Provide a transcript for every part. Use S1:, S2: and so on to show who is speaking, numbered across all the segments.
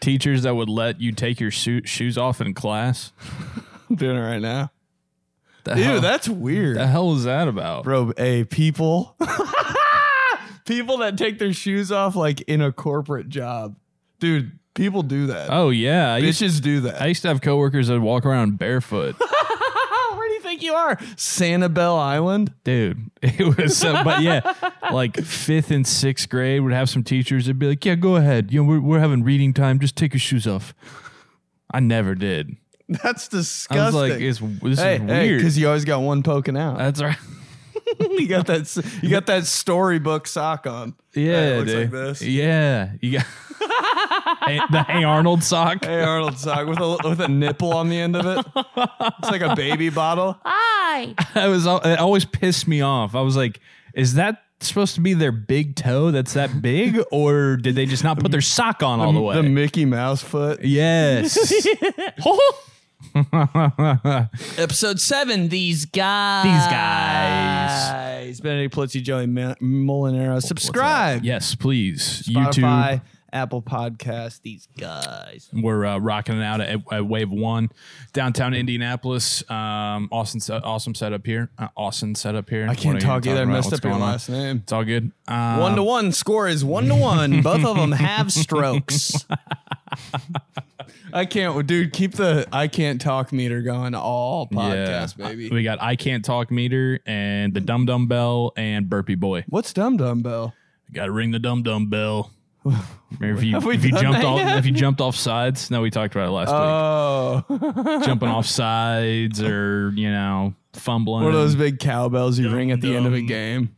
S1: teachers that would let you take your shoe, shoes off in class?
S2: I'm doing it right now.
S1: The
S2: Dude,
S1: hell,
S2: that's weird.
S1: the hell is Uh-huh. that about?
S2: Bro, hey, people. people that take their shoes off like in a corporate job. Dude, people do that.
S1: Oh yeah, I used,
S2: Bitches do that.
S1: I used to have coworkers that would walk around barefoot. Uh-huh.
S2: Where do you think you are? Sanibel Island?
S1: Dude, it was so, but yeah, like fifth and sixth grade would have some teachers that'd be like, yeah, go ahead. You know, we're, we're having reading time. Just take your shoes off. I never did.
S2: That's disgusting.
S1: I was like, it's, this
S2: hey,
S1: is weird.
S2: because you always got one poking out.
S1: That's right.
S2: you got that. s- You got that storybook sock on.
S1: Yeah,
S2: it looks
S1: dude.
S2: like this.
S1: Yeah, you got Hey, the Hey Arnold sock.
S2: Hey Arnold sock with a with a nipple on the end of it. It's like a baby bottle.
S1: I was al- it always pissed me off. I was like, is that supposed to be their big toe that's that big, or did they just not put their sock on all the way?
S2: The Mickey Mouse foot.
S1: yes.
S2: Episode seven. These guys.
S1: These guys.
S2: Guys. Benedict Plitzy, Joey Ma- Molinaro. Subscribe.
S1: Yes, please.
S2: Spotify, Apple Podcast. These guys.
S1: YouTube. We're uh, rocking it out at, at Wave One, downtown Indianapolis. Um, Austin, set, awesome setup here. Uh, Austin setup here.
S2: I can't talk either. I messed up your
S1: on?
S2: last name.
S1: It's all good. Um,
S2: One to one score is one to one. Both of them have strokes. I can't, dude. Keep the I can't talk meter going all podcast, baby.
S1: We got I Can't Talk Meter and the Dum Dum Bell and Burpee Boy.
S2: What's dumb dumb bell?
S1: Got to ring the Dum Dum Bell. Remember if you,
S2: we
S1: if you
S2: done
S1: jumped
S2: that
S1: off
S2: yet?
S1: if you jumped off sides, no, we talked about it last
S2: Oh,
S1: week. Jumping off sides or you know fumbling.
S2: one of those big cowbells you ring at the end of a
S1: dumb.
S2: game.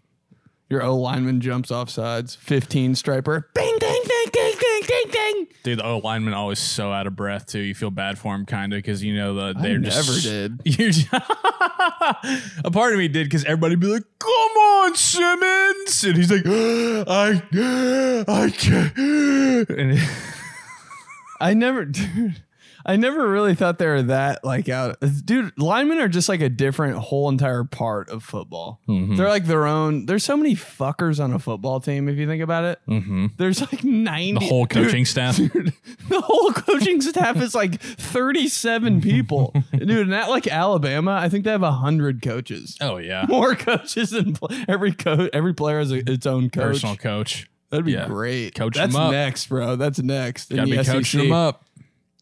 S2: Your O lineman jumps off sides. Fifteen striper. Bing ding ding ding ding ding ding.
S1: Dude, the O lineman always so out of breath too. You feel bad for him, kind of, because you know that they're
S2: never
S1: just.
S2: did.
S1: You're just- a part of me did because everybody be like, "Come on, Simmons," and he's like, "I, I can't." And
S2: I never, dude. I never really thought they were that like out. Dude, linemen are just like a different whole entire part of football.
S1: Mm-hmm.
S2: They're like their own. There's so many fuckers on a football team if you think about it.
S1: Mhm.
S2: There's like 90
S1: the whole
S2: dude,
S1: coaching staff.
S2: Dude, the whole coaching staff is like 37 people. Dude, not like Alabama. I think they have 100 coaches.
S1: Oh yeah,
S2: More coaches than pl- every coach. Every player has a, its own coach.
S1: personal coach.
S2: That'd be
S1: yeah.
S2: great.
S1: Coach
S2: That's
S1: them up.
S2: next, bro. That's next. in
S1: Gotta
S2: the
S1: be coaching
S2: SEC.
S1: them up.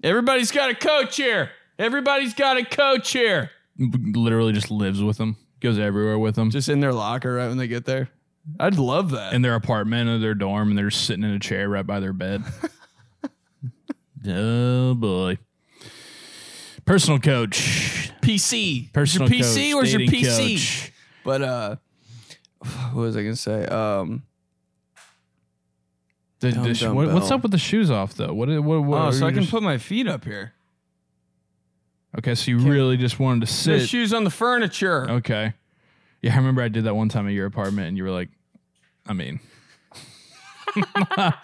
S2: Everybody's got a coach here. Everybody's got a coach here.
S1: Literally just lives with them, goes everywhere with them.
S2: Just in their locker right when they get there. I'd love that.
S1: in their apartment or their dorm, and they're just sitting in a chair right by their bed. oh boy, personal coach.
S2: PC.
S1: personal
S2: your PC
S1: coach,
S2: or is your
S1: dating
S2: PC?
S1: coach.
S2: But uh what was I gonna say? Um
S1: The- the
S2: Dum
S1: sh-
S2: dum
S1: what- what's
S2: bell.
S1: up with the shoes off though? What? What? what
S2: oh,
S1: are
S2: so
S1: you
S2: I can
S1: just-
S2: put my feet up here.
S1: okay, so you really just wanted to
S2: The
S1: sit?
S2: shoes on the furniture.
S1: okay. Yeah, I remember I did that one time at your apartment, and you were like, "I mean." I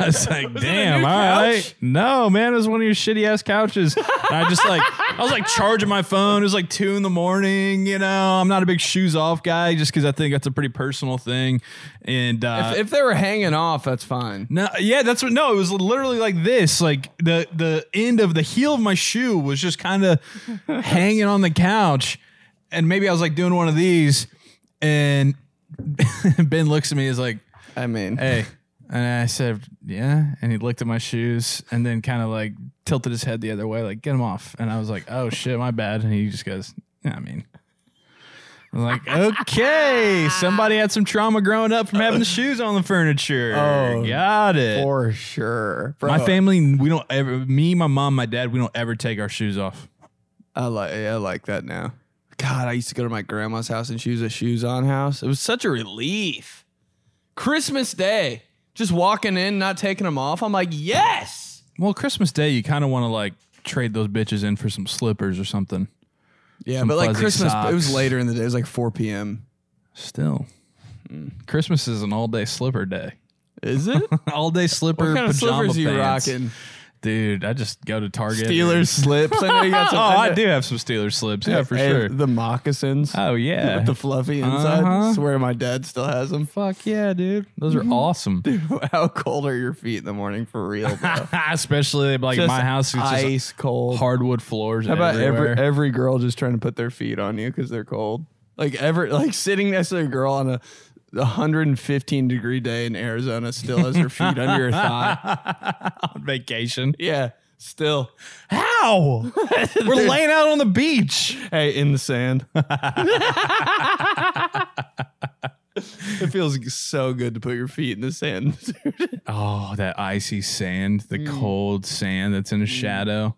S1: was like,
S2: it a
S1: damn,
S2: new
S1: all right.
S2: couch?
S1: No, man, it was one of your shitty ass couches. And I just like, I was like charging my phone. It was like two in the morning. You know, I'm not a big shoes off guy just because I think that's a pretty personal thing. And uh,
S2: if they were hanging off, that's fine.
S1: No, yeah, that's what. No, it was literally like this. Like the the end of the heel of my shoe was just kind of hanging on the couch, and maybe I was like doing one of these, and Ben looks at me is like,
S2: I mean
S1: "Hey," and I said, "Yeah," and he looked at my shoes and then kind of like tilted his head the other way, like, "Get him off," and I was like, "Oh shit, my bad," and he just goes, "Yeah, I mean." I was like, okay, somebody had some trauma growing up from having the shoes on the furniture.
S2: Oh,
S1: got it.
S2: for sure. Bro,
S1: My family, we don't ever. Me, my mom, my dad, we don't ever take our shoes off.
S2: I like I like that now. God, I used to go to my grandma's house and she was a shoes on house. It was such a relief. Christmas Day, just walking in, not taking them off. I'm like, yes.
S1: Well, Christmas Day, you kind of want to like trade those bitches in for some slippers or something.
S2: Yeah,
S1: Some
S2: but like
S1: fuzzy
S2: Christmas, it was
S1: socks.
S2: later in the day. It was like 4 p.m.
S1: Still, Christmas is an all day slipper day.
S2: Is it? what
S1: All day slipper
S2: kind of
S1: pajama
S2: slippers you
S1: pants.
S2: rocking?
S1: Dude, I just go to Target.
S2: Steelers slips. I Uh, know you got
S1: Oh,
S2: some.
S1: I
S2: know-
S1: do have some Steelers slips. Yeah, for
S2: And
S1: sure.
S2: The moccasins.
S1: Oh yeah.
S2: With the fluffy inside.
S1: Uh-huh.
S2: Swear my dad still has them.
S1: fuck yeah, dude. Those
S2: Mm-hmm.
S1: are awesome.
S2: How cold are your feet in the morning for real? Bro?
S1: Especially like
S2: Just
S1: my house, it's just
S2: ice cold.
S1: hardwood floors.
S2: How about
S1: everywhere.
S2: every every girl just trying to put their feet on you because they're cold? Like ever, like sitting next to a girl on a 115 degree day in Arizona still has her feet under your thigh. e-
S1: on vacation?
S2: Yeah, still.
S1: How? We're laying out on the beach.
S2: Hey, in the sand. it feels so good to put your feet in the sand. dude.
S1: Oh, that icy sand, the
S2: Mm.
S1: cold sand that's in the shadow.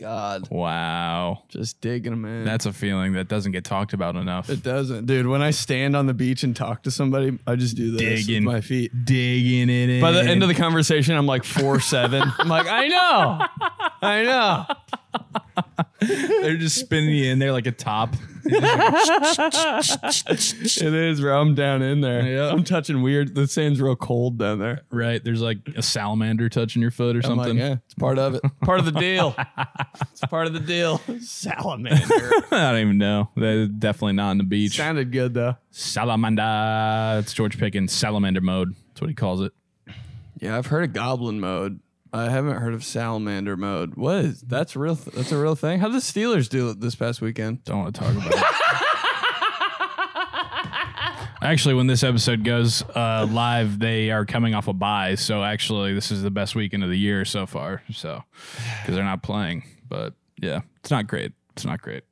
S2: God,
S1: Wow.
S2: just digging them in.
S1: That's a feeling that doesn't get talked about enough.
S2: it doesn't, dude. When I stand on the beach and talk to somebody, I just do this
S1: Digging.
S2: with my feet.
S1: Digging it in.
S2: By the end of the conversation, I'm like four seven. I'm like, I know, I know.
S1: they're just spinning you in there like a top.
S2: It is, bro. I'm down in there.
S1: Yeah.
S2: I'm touching weird. The sand's real cold down there.
S1: right. There's like a salamander touching your foot or
S2: I'm
S1: something.
S2: like, yeah, it's part of it. Part of the deal. It's part of the deal. Salamander.
S1: I don't even know. They're definitely not on the beach.
S2: Sounded good though.
S1: salamander. It's George Pickens. Salamander mode. That's what he calls it.
S2: Yeah, I've heard of goblin mode. I haven't heard of salamander mode. What is that's real? Th- that's a real thing. How did the Steelers do it this past weekend?
S1: Don't want to talk about it. Actually, when this episode goes uh, live, they are coming off a bye. So actually, this is the best weekend of the year so far. So because they're not playing, but yeah, it's not great. It's not great.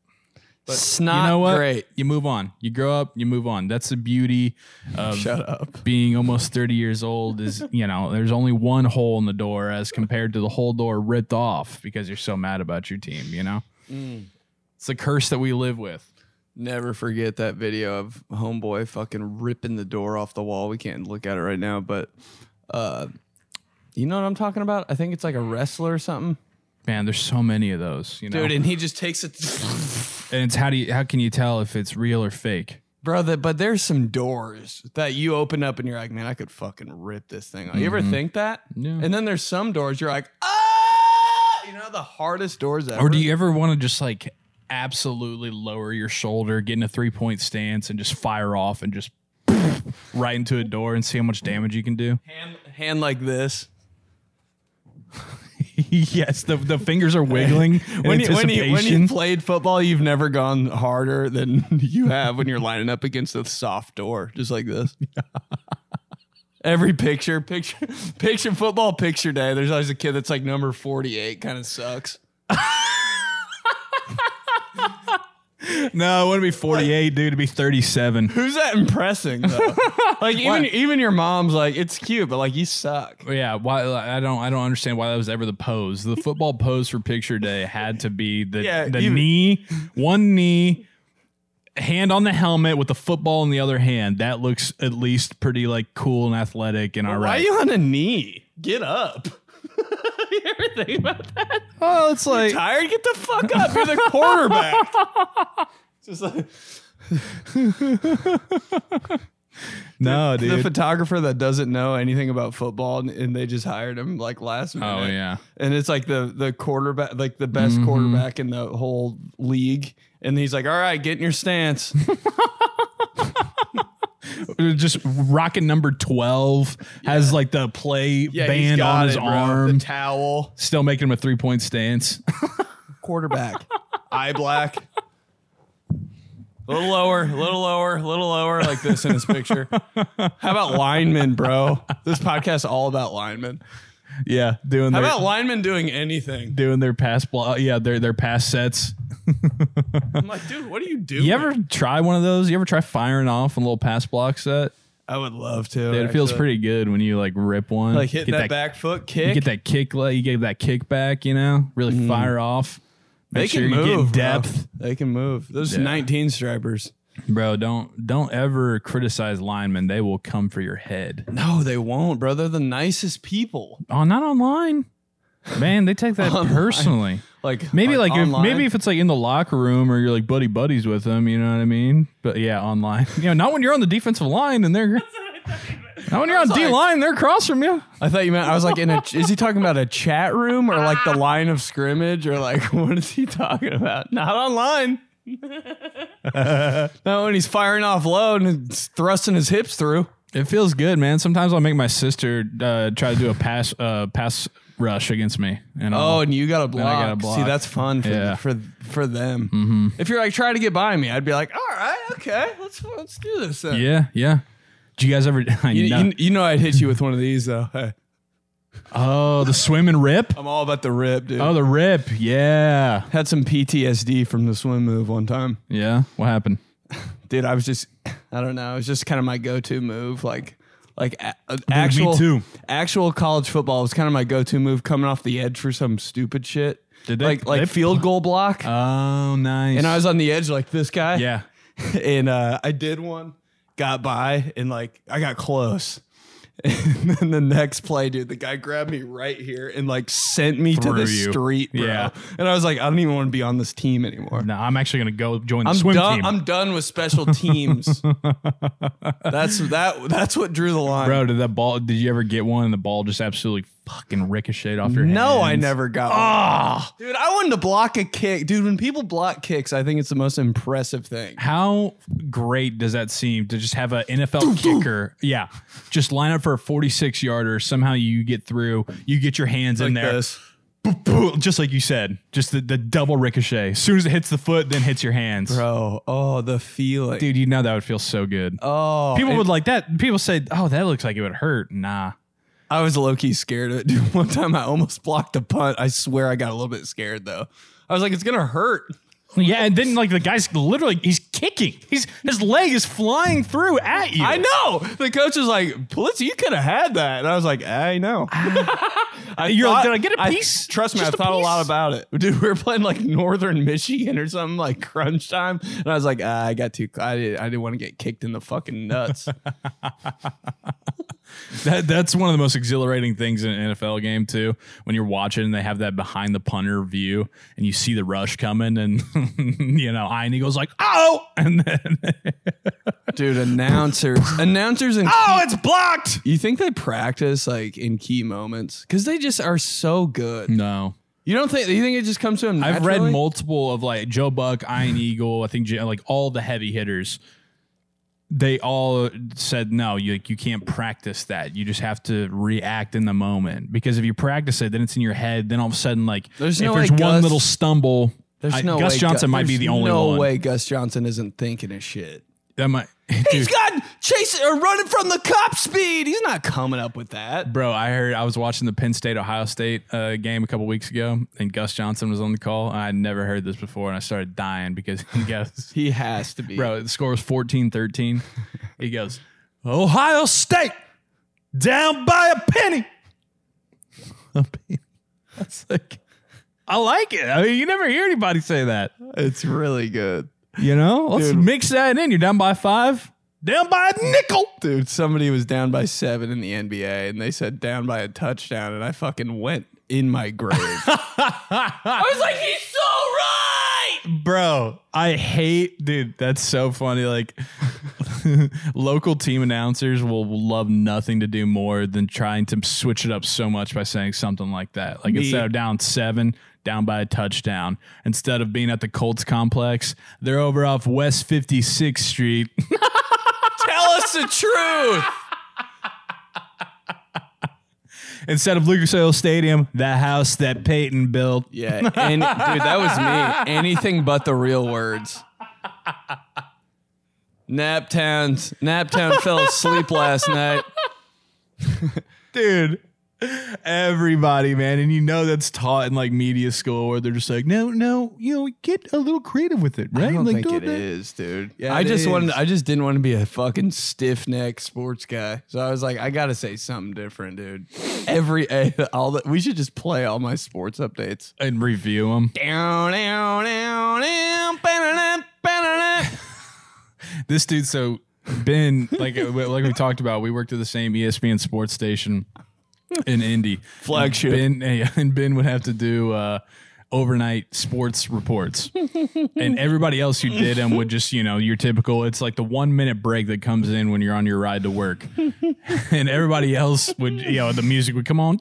S2: It's not
S1: you know what?
S2: great.
S1: You move on. You grow up. You move on. That's the beauty of
S2: Shut up.
S1: being almost 30 years old is you know there's only one hole in the door as compared to the whole door ripped off because you're so mad about your team you know
S2: Mm.
S1: it's the curse that we live with
S2: Never forget that video of homeboy fucking ripping the door off the wall. We can't look at it right now, but uh, you know what I'm talking about? I think it's like a wrestler or something,
S1: man there's so many of those you know
S2: dude. And he just takes it,
S1: and it's how do you how can you tell if it's real or fake
S2: bro. That, but there's some doors that you open up and you're like, man, I could fucking rip this thing. Off. You ever think that?
S1: Yeah.
S2: And then there's some doors you're like, ah, you know, the hardest doors ever.
S1: or do you ever want to just like absolutely lower your shoulder get in a three-point stance and just fire off and just right into a door and see how much damage you can do
S2: hand, hand like this?
S1: yes the, the fingers are wiggling
S2: when you, when, you, when you played football, you've never gone harder than you have when you're lining up against a soft door, just like this. Every picture, picture, picture football picture day. There's always a kid that's like number 48, kind of sucks.
S1: No, it wouldn't be 48, dude. It'd be 37.
S2: Who's that impressing though? like even even your mom's like, it's cute, but like you suck.
S1: Yeah, why I don't I don't understand why that was ever the pose. The football pose for picture day had to be the
S2: Yeah,
S1: the
S2: you-
S1: knee, one knee, hand on the helmet with the football in the other hand. That looks at least pretty like cool and athletic and all
S2: Why are
S1: right.
S2: you on a knee? Get up. you ever think about that?
S1: oh, it's like
S2: tired? Get the fuck up. You're the quarterback. Just like
S1: no,
S2: the
S1: dude.
S2: photographer that doesn't know anything about football and, and they just hired him like last minute.
S1: oh yeah.
S2: And it's like the the quarterback like the best quarterback in the whole league. And he's like, All right, get in your stance.
S1: Just rocket number 12 has like the play
S2: he's
S1: band
S2: got
S1: on his
S2: it, bro.
S1: arm.
S2: The towel.
S1: Still making him a three-point stance.
S2: Quarterback. Eye black. A little lower, a little lower, a little lower, like this in this picture. How about linemen, bro? This podcast's all about linemen.
S1: yeah, doing
S2: How
S1: their-
S2: about linemen doing anything?
S1: doing their pass block. Yeah, their their pass sets.
S2: I'm like, dude, what do you do?
S1: You ever try one of those? You ever try firing off a little pass block set?
S2: I would love to.
S1: Dude, it feels
S2: actually.
S1: pretty good when you like rip one.
S2: like hitting
S1: get
S2: that, back foot kick.
S1: You get that kick. le- You get that kick back. You know, really fire off.
S2: Mm. they
S1: Make
S2: can
S1: sure you get
S2: move bro.
S1: depth,
S2: They can move. Those 19 stripers.
S1: bro. Don't don't ever criticize linemen. They will come for your head.
S2: No, they won't, bro. They're the nicest people.
S1: Oh, not online, man. They take that
S2: Online.
S1: personally.
S2: Like
S1: Maybe like, if,
S2: online.
S1: maybe if it's like in the locker room or you're like buddy buddies with them, you know what I mean? But yeah, online. You know, not when you're on the defensive line and they're Now, when you're on
S2: Sorry.
S1: D line, they're across from you.
S2: I thought you meant I was like in a. Is he talking about a chat room or like the line of scrimmage or like what is he talking about? Not online. no, when he's firing off low and thrusting his hips through.
S1: It feels good, man. Sometimes I'll make my sister uh, try to do a pass uh, pass rush against me. And I'll-
S2: Oh, and you got to block.
S1: gotta block.
S2: See, that's fun for
S1: Yeah.
S2: for for them. Mm-hmm. If you're like trying to get by me, I'd be like, all right, okay, let's let's do this. Then.
S1: yeah, yeah. Do you guys ever? I
S2: You,
S1: know.
S2: you, you know, I'd hit you with one of these though. Hey,
S1: oh, the swim and rip.
S2: I'm all about the rip, dude.
S1: Oh, the rip. Yeah,
S2: Had some PTSD from the swim move one time.
S1: yeah. What happened?
S2: dude i was just i don't know it was just kind of my go-to move like like a- a- actual
S1: too.
S2: actual college football was kind of my go-to move coming off the edge for some stupid shit
S1: Did they-
S2: like like
S1: they-
S2: field goal block
S1: Oh, nice.
S2: and i was on the edge like this guy
S1: yeah.
S2: and uh i did one got by and like i got close and then the next play, dude, the guy grabbed me right here and like sent me to
S1: Threw
S2: the
S1: you.
S2: street, bro.
S1: Yeah.
S2: And I was like, I don't even want to be on this team anymore.
S1: No, I'm actually gonna go join the
S2: I'm
S1: swim
S2: done.
S1: team.
S2: I'm done with special teams. that's that. That's what drew the line.
S1: Bro, did that ball? Did you ever get one and the ball just absolutely fucking ricocheted off your? hands? Oh.
S2: no,
S1: Ah.
S2: I never got. one. dude, I wanted to block a kick, dude. When people block kicks, I think it's the most impressive thing.
S1: How great does that seem to just have an NFL kicker? Yeah, just line up for a 46 yarder. Somehow you get through. You get your hands in
S2: Like
S1: there,
S2: this.
S1: Boop, boop, just like you said. Just the, the double ricochet. As soon as it hits the foot, then hits your hands.
S2: bro. Oh, the feeling,
S1: Dude, you know that would feel so good.
S2: Oh,
S1: People
S2: it-
S1: would like that. People say, "Oh, that looks like it would hurt." Nah.
S2: I was low key scared of it, dude. One time, I almost blocked a punt. I swear, I got a little bit scared though. I was like, it's gonna hurt.
S1: Yeah, and then like the guy's literally he's kicking. He's his leg is flying through at you.
S2: I know. The coach was like, Pulitzer, you could have had that. And I was like, I know. I
S1: Ah. You're like, "Did I get a piece?
S2: trust me,
S1: Just
S2: I
S1: a
S2: thought a lot
S1: piece?"
S2: about it. Dude, we were playing like Northern Michigan or something, like crunch time. And I was like, ah, I got too, I didn't, I didn't want to get kicked in the fucking nuts.
S1: That that's one of the most exhilarating things in an NFL game too. When you're watching, and they have that behind the punter view, and you see the rush coming, and you know, Ian Eagle's like, "Oh!" and then,
S2: Dude, announcers, announcers, and
S1: "Oh, it's blocked."
S2: you think they practice like in key moments because they just are so good.
S1: No,
S2: You don't think, you think it just comes to them?
S1: I've read
S2: naturally?
S1: multiple of like Joe Buck, Ian Eagle. I think J- like all the heavy hitters. They all said no. You like, you can't practice that. You just have to react in the moment because if you practice it, then it's in your head. Then all of a sudden, like
S2: There's
S1: if
S2: no
S1: there's
S2: way
S1: one
S2: Gus-
S1: little stumble,
S2: There's
S1: I-
S2: no
S1: Gus
S2: way
S1: Johnson might be
S2: there's
S1: the only
S2: no
S1: one.
S2: way Gus Johnson isn't thinking of shit.
S1: That might.
S2: He's
S1: Dude,
S2: got chasing or running from the cop speed. He's not coming up with that.
S1: bro, I heard I was watching the Penn State Ohio State uh, game a couple weeks ago, and Gus Johnson was on the call. I had never heard this before, and I started dying because he goes,
S2: He has to be.
S1: bro, the score was 14 13. He goes, Ohio State down by a penny. A penny. That's like, I like it. I mean, you never hear anybody say that.
S2: It's really good.
S1: You know, let's
S2: Dude.
S1: mix that in. You're down by five, down by a nickel.
S2: Dude, somebody was down by seven in the NBA and they said down by a touchdown, and I fucking went in my grave. I was like, he's so right.
S1: Bro, I hate, dude. That's so funny. Like, local team announcers will love nothing to do more than trying to switch it up so much by saying something like that. Like,
S2: Me.
S1: instead of down seven, down by a touchdown. Instead of being at the Colts complex, they're over off West 56th Street.
S2: Tell us the truth.
S1: instead of Lucas Oil Stadium, the house that Peyton built.
S2: Yeah, and dude, that was me. Anything but the real words. Naptowns. Naptown fell asleep last night.
S1: dude. Everybody, man, and you know that's taught in like media school where they're just like, no, no, you know, get a little creative with it, right?
S2: I don't
S1: like,
S2: think it is, dude. I
S1: it
S2: just wanted
S1: is.
S2: I just didn't want to be a fucking stiff neck sports guy. So I was like, I gotta say something different, dude. Every all the, we should just play all my sports updates.
S1: and review them.
S2: Down, down, down, down, ba-da-da, ba-da-da.
S1: This dude, so Ben, like uh, like we talked about, we worked at the same E ESPN sports station in Indy,
S2: Flagship.
S1: And Ben, and Ben would have to do. uh overnight sports reports. and everybody else who did them would just, you know, your typical, it's like the one minute break that comes in when you're on your ride to work. and everybody else would, you know, the music would come on.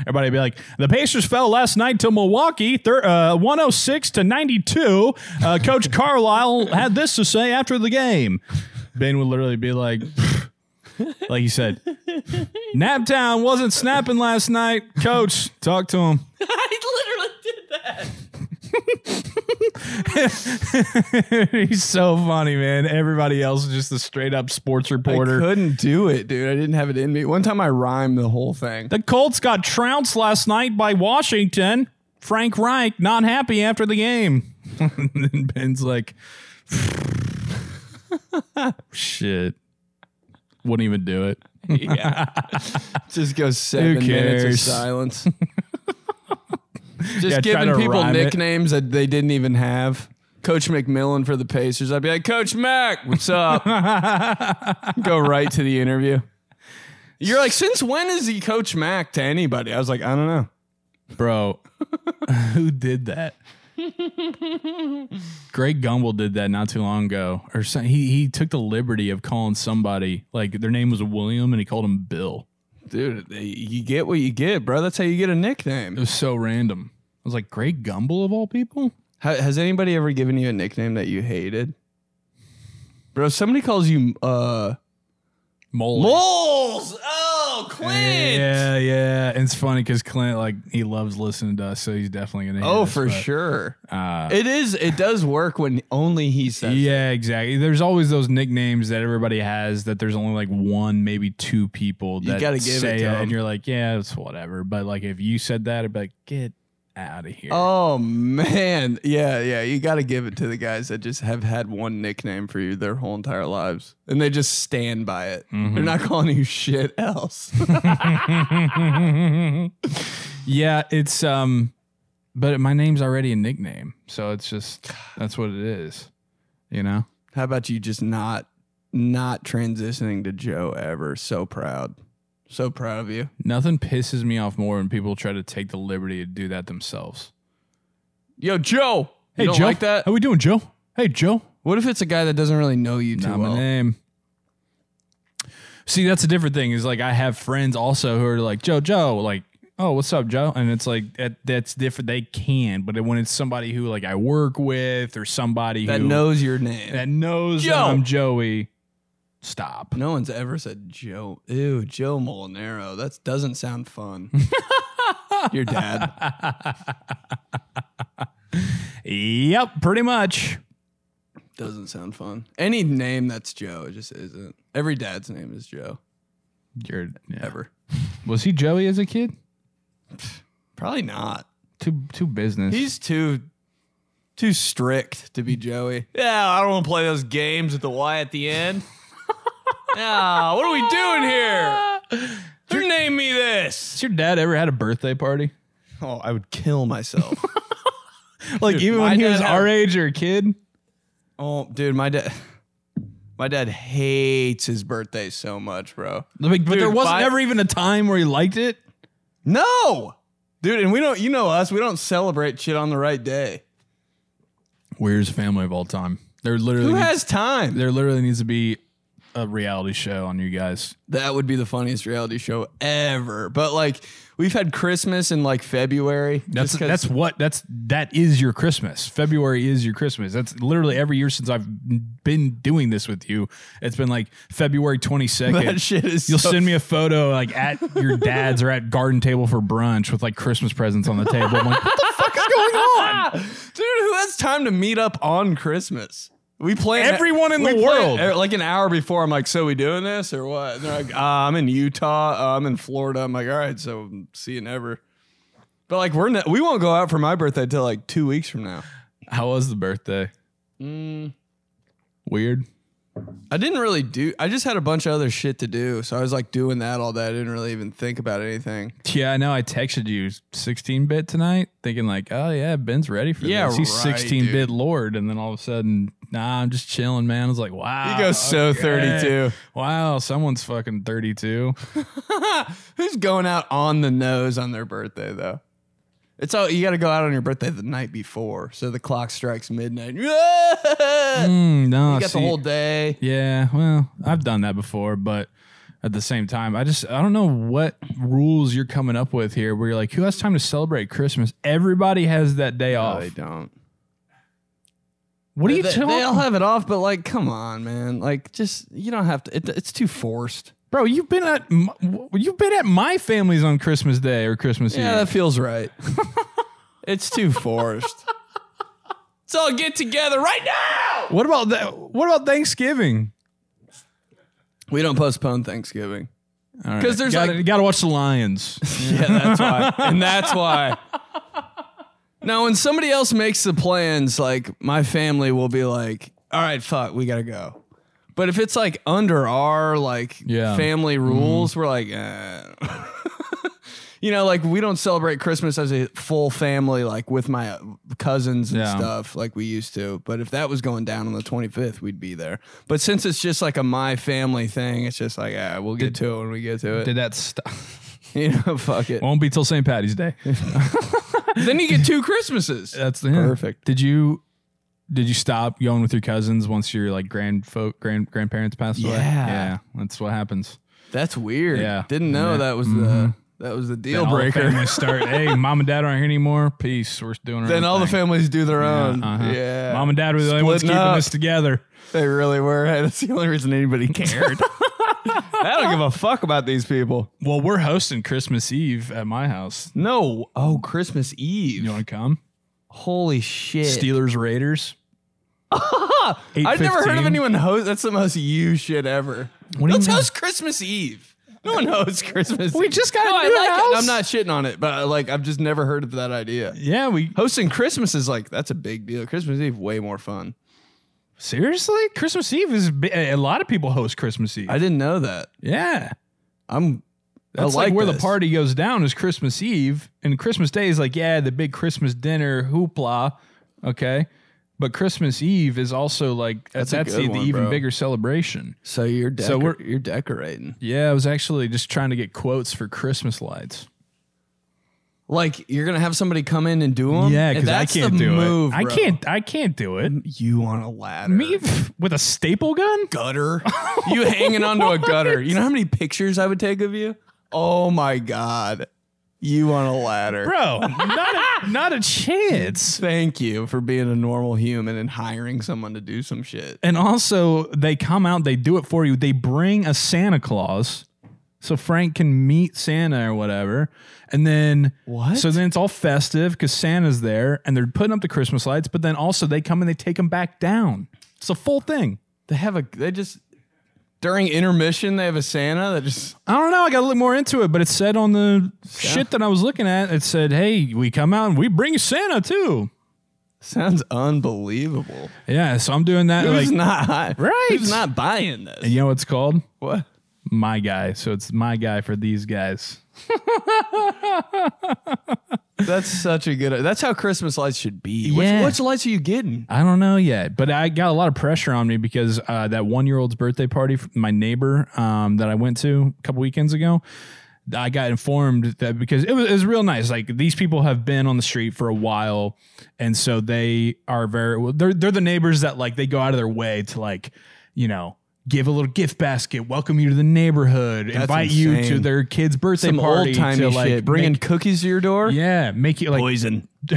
S1: Everybody would be like, the Pacers fell last night to Milwaukee, thir- uh, 106 to 92. Uh, Coach Carlisle had this to say after the game. Ben would literally be like, like you said, Naptown wasn't snapping last night. Coach, talk to him.
S3: I literally did that.
S1: He's so funny, man. Everybody else is just a straight up sports
S2: I
S1: reporter.
S2: couldn't do it, dude. I didn't have it in me. One time I rhymed the whole thing.
S1: The Colts got trounced last night by Washington. Frank Reich not happy after the game. and Ben's like, shit. Wouldn't even do it.
S2: Yeah. Just go seven minutes of
S1: cares?
S2: silence. Just
S1: Yeah, try
S2: giving
S1: to
S2: people
S1: rhyme it.
S2: nicknames that they didn't even have. Coach McMillan for the Pacers. I'd be like, Coach Mac, what's up? go right to the interview. You're like, since when is he Coach Mac to anybody? I was like, I don't know.
S1: Bro, who did that? Greg Gumbel did that not too long ago. Or some, he he took the liberty of calling somebody like their name was William and he called him Bill.
S2: Dude, they- you get what you get, bro. That's how you get a
S1: It
S2: nickname.
S1: was so random. I was like Greg Gumbel of all people.
S2: Ha- Has anybody ever given you a nickname that you hated? Bro, if somebody calls you uh
S1: Mole.
S2: Moles. Oh, Clint.
S1: Yeah, yeah. And it's funny because Clint like he loves listening to us, so he's definitely gonna. Hear
S2: Oh,
S1: this,
S2: for
S1: but,
S2: sure.
S1: Uh,
S2: It is. It does work when only he says. it.
S1: yeah, exactly. There's always those nicknames that everybody has that there's only like one, maybe two people
S2: You
S1: that
S2: gotta give it
S1: say
S2: to 'em.
S1: and you're like, yeah, it's whatever. But like if you said that, I'd be like, get out of here.
S2: Oh man. Yeah, yeah. You got to give it to the guys that just have had one nickname for you their whole entire lives, and they just stand by it.
S1: Mm-hmm.
S2: They're not calling you shit else.
S1: yeah, it's um, but my name's already a nickname, so it's just that's what it is. You know,
S2: How about you just not, not transitioning to Joe ever? So proud. So proud of you.
S1: nothing pisses me off more when people try to take the liberty to do that themselves.
S2: Yo, Joe. you don't like that?
S1: How we doing, Joe? Hey, Joe.
S2: What if it's a guy that doesn't really know you too
S1: Not my
S2: well?
S1: name. See, that's a different thing. Is like I have friends also who are like Joe, Joe, like oh, what's up, Joe? And it's like that, that's different. They can, but when it's somebody who like I work with or somebody
S2: That
S1: who
S2: knows your name.
S1: that knows that
S2: Joe.
S1: I'm Joey, stop.
S2: No one's ever said Joe. Ew, Joe Molinaro. That doesn't sound fun. Your dad.
S1: Yep, pretty much.
S2: Doesn't sound fun. Any name that's Joe, it just isn't. Every dad's name is Joe.
S1: You're yeah.
S2: Ever.
S1: Was he Joey as a kid?
S2: Probably not.
S1: Too too business.
S2: He's too too strict to be Joey. Yeah, I don't want to play those games with the Y at the end. yeah, what are we doing here? You name me this.
S1: Has your dad ever had a birthday party?
S2: Oh, I would kill myself.
S1: Like even
S2: my
S1: when he
S2: dad
S1: was
S2: had-
S1: our age or a kid?
S2: Oh, dude, my dad, my dad hates his birthday so much, bro.
S1: Like, but
S2: Dude,
S1: there wasn't
S2: by-
S1: ever even a time where he liked it.
S2: No, dude, and we don't. You know us. We don't celebrate shit on the right day.
S1: Weirdest family of all time. There literally
S2: Who
S1: needs,
S2: has time?
S1: there literally needs to be a reality show on you guys.
S2: That would be the funniest reality show ever. But like, we've had Christmas in like February.
S1: That's
S2: just 'cause-
S1: that's what that's that is your Christmas. February is your Christmas. That's literally every year since I've been doing this with you. It's been like February twenty
S2: that
S1: second.
S2: shit is.
S1: You'll
S2: so-
S1: send me a photo like at your dad's or at garden table for brunch with like Christmas presents on the table. I'm like, what the fuck is going on?
S2: dude. Who has time to meet up on Christmas? We plan
S1: Everyone in
S2: we
S1: the
S2: plan-
S1: world.
S2: er, like an hour before, I'm like, "So we doing this or what?" And they're like, uh, "I'm in Utah. Uh, I'm in Florida." I'm like, "All right, so see you never." But like, we're not, we won't go out for my birthday till like two weeks from now. Mm,
S1: How was the birthday? Weird.
S2: I didn't really do. I just had a bunch of other shit to do, so I was like doing that all day. I didn't really even think about anything.
S1: Yeah, I know. I texted you 16 bit tonight, thinking like, oh yeah, Ben's ready for
S2: Yeah,
S1: this. He's
S2: right,
S1: 16 bit lord, and then all of a sudden, nah, I'm just chilling, man. I was like, wow,
S2: He goes so
S1: Ah, okay.
S2: 32.
S1: Wow, someone's fucking 32.
S2: Who's going out on the nose on their birthday though? It's all you got to go out on your birthday the night before, so the clock strikes midnight. you Oh,
S1: Mm, no,
S2: got the
S1: see-
S2: whole day.
S1: Yeah, well, I've done that before, but at the same time, I just I don't know what rules you're coming up with here. Where you're like, who has time to celebrate Christmas? Everybody has that day
S2: Oh,
S1: off.
S2: they don't.
S1: What are you
S2: they,
S1: talking?
S2: They all have it off, but like, come on, man. Like, just you don't have to. It, it's too forced.
S1: Bro, you've been at my, you've been at my family's on Christmas Day or Christmas
S2: Yeah, that
S1: Eve.
S2: feels right. it's too forced. Let's all get together right now.
S1: What about that? What about Thanksgiving?
S2: We don't postpone Thanksgiving.
S1: All right.
S2: 'Cause there's
S1: gotta,
S2: like-
S1: you gotta watch the Lions.
S2: Yeah, that's why. and that's why. Now, when somebody else makes the plans, like my family will be like, "All right, fuck, we gotta go." But if it's like under our like
S1: Yeah. Mm-hmm.
S2: family rules, we're like, eh. you know, like we don't celebrate Christmas as a full family, like with my cousins and
S1: Yeah.
S2: stuff, like we used to. But if that was going down on the 25th, we'd be there. But since it's just like a my family thing, it's just like, ah, we'll get to it when we get to it.
S1: Did that stop?
S2: you know, fuck it.
S1: Won't be till St. Patty's Day.
S2: then you get two Christmases.
S1: That's the yeah.
S2: Perfect.
S1: Did you did you stop going with your cousins once your like grand folk grand grandparents passed away?
S2: Yeah.
S1: yeah, that's what happens.
S2: That's weird.
S1: Yeah.
S2: Didn't know
S1: Yeah.
S2: that was the
S1: Mhm.
S2: that was the
S1: Then
S2: deal
S1: all the
S2: breaker.
S1: families start. hey, mom and dad aren't here anymore. Peace. We're doing. Our
S2: then
S1: own
S2: all the
S1: thing."
S2: families do their
S1: Yeah,
S2: own. Yeah,
S1: uh-huh. Mom and dad were the only ones
S2: Splitting
S1: keeping
S2: up.
S1: us together.
S2: they really were. Hey, that's the only reason anybody cared. I don't give a fuck about these people.
S1: Well, we're hosting Christmas Eve at my house.
S2: No. Oh, Christmas Eve.
S1: You want to come?
S2: Holy shit.
S1: Steelers Raiders.
S2: I've never heard of
S1: 8:15.
S2: anyone host. That's the most you shit ever.
S1: What do you
S2: Let's
S1: mean?
S2: host Christmas Eve. No one hosts Christmas.
S1: We
S2: Eve.
S1: just got a
S2: No, I
S1: new
S2: like
S1: house.
S2: it. I'm not shitting on it, but I, like I've just never heard of that idea.
S1: Yeah, we
S2: Hosting Christmas is like that's a big deal. Christmas Eve way more fun.
S1: seriously. Christmas Eve is bi- a lot of people host Christmas Eve.
S2: I didn't know that.
S1: yeah,
S2: I'm.
S1: That's
S2: I like,
S1: like, where the
S2: this.
S1: party goes down is Christmas Eve, and Christmas Day is like yeah, the big Christmas dinner hoopla, okay. But Christmas Eve is also like that's,
S2: a good
S1: the,
S2: one,
S1: the even
S2: bro.
S1: bigger celebration.
S2: So you're decor-
S1: So we're-
S2: you're decorating
S1: Yeah, I was actually just trying to get quotes for Christmas lights.
S2: like you're gonna have somebody come in and do them.
S1: yeah, because I can't do
S2: move,
S1: it. I
S2: bro.
S1: can't. I can't do it.
S2: You on a ladder?
S1: Me Oh with a staple gun?
S2: gutter. you hanging onto a gutter. You know how many pictures I would take of you? Oh my god, you on a ladder.
S1: Bro, not a, not a chance.
S2: Thank you for being a normal human and hiring someone to do some shit.
S1: And also, they come out, they do it for you. They bring a Santa Claus so Frank can meet Santa or whatever. And then,
S2: What?
S1: so then it's all festive because Santa's there and they're putting up the Christmas lights, but then also they come and they take them back down. It's a full thing.
S2: They have a. They just during intermission they have a Santa that just.
S1: I don't know. I got to look more into it, but it said on the shit that I was looking at, it said, hey, we come out and we bring Santa too.
S2: Sounds unbelievable.
S1: Yeah, so I'm doing that.
S2: Who's
S1: Like,
S2: not
S1: Right.
S2: Who's not buying this?
S1: you know what it's called?
S2: What?
S1: My guy. So it's my guy for these guys.
S2: That's such a good. That's how Christmas lights should be.
S1: Yeah.
S2: Which, which lights are you getting?
S1: I don't know yet, but I got a lot of pressure on me because uh, that one year old's birthday party, from my neighbor um, that I went to a couple weekends ago, I got informed that because it was, it was real nice. Like these people have been on the street for a while, and so they are very well, they're they're the neighbors that like they go out of their way to like you know give a little gift basket, welcome you to the neighborhood, invite you to
S2: insane.
S1: their kid's birthday
S2: Some
S1: party,
S2: old timey
S1: to, like,
S2: shit. Bringing
S1: make-
S2: cookies to your door.
S1: yeah, make you like
S2: Poison.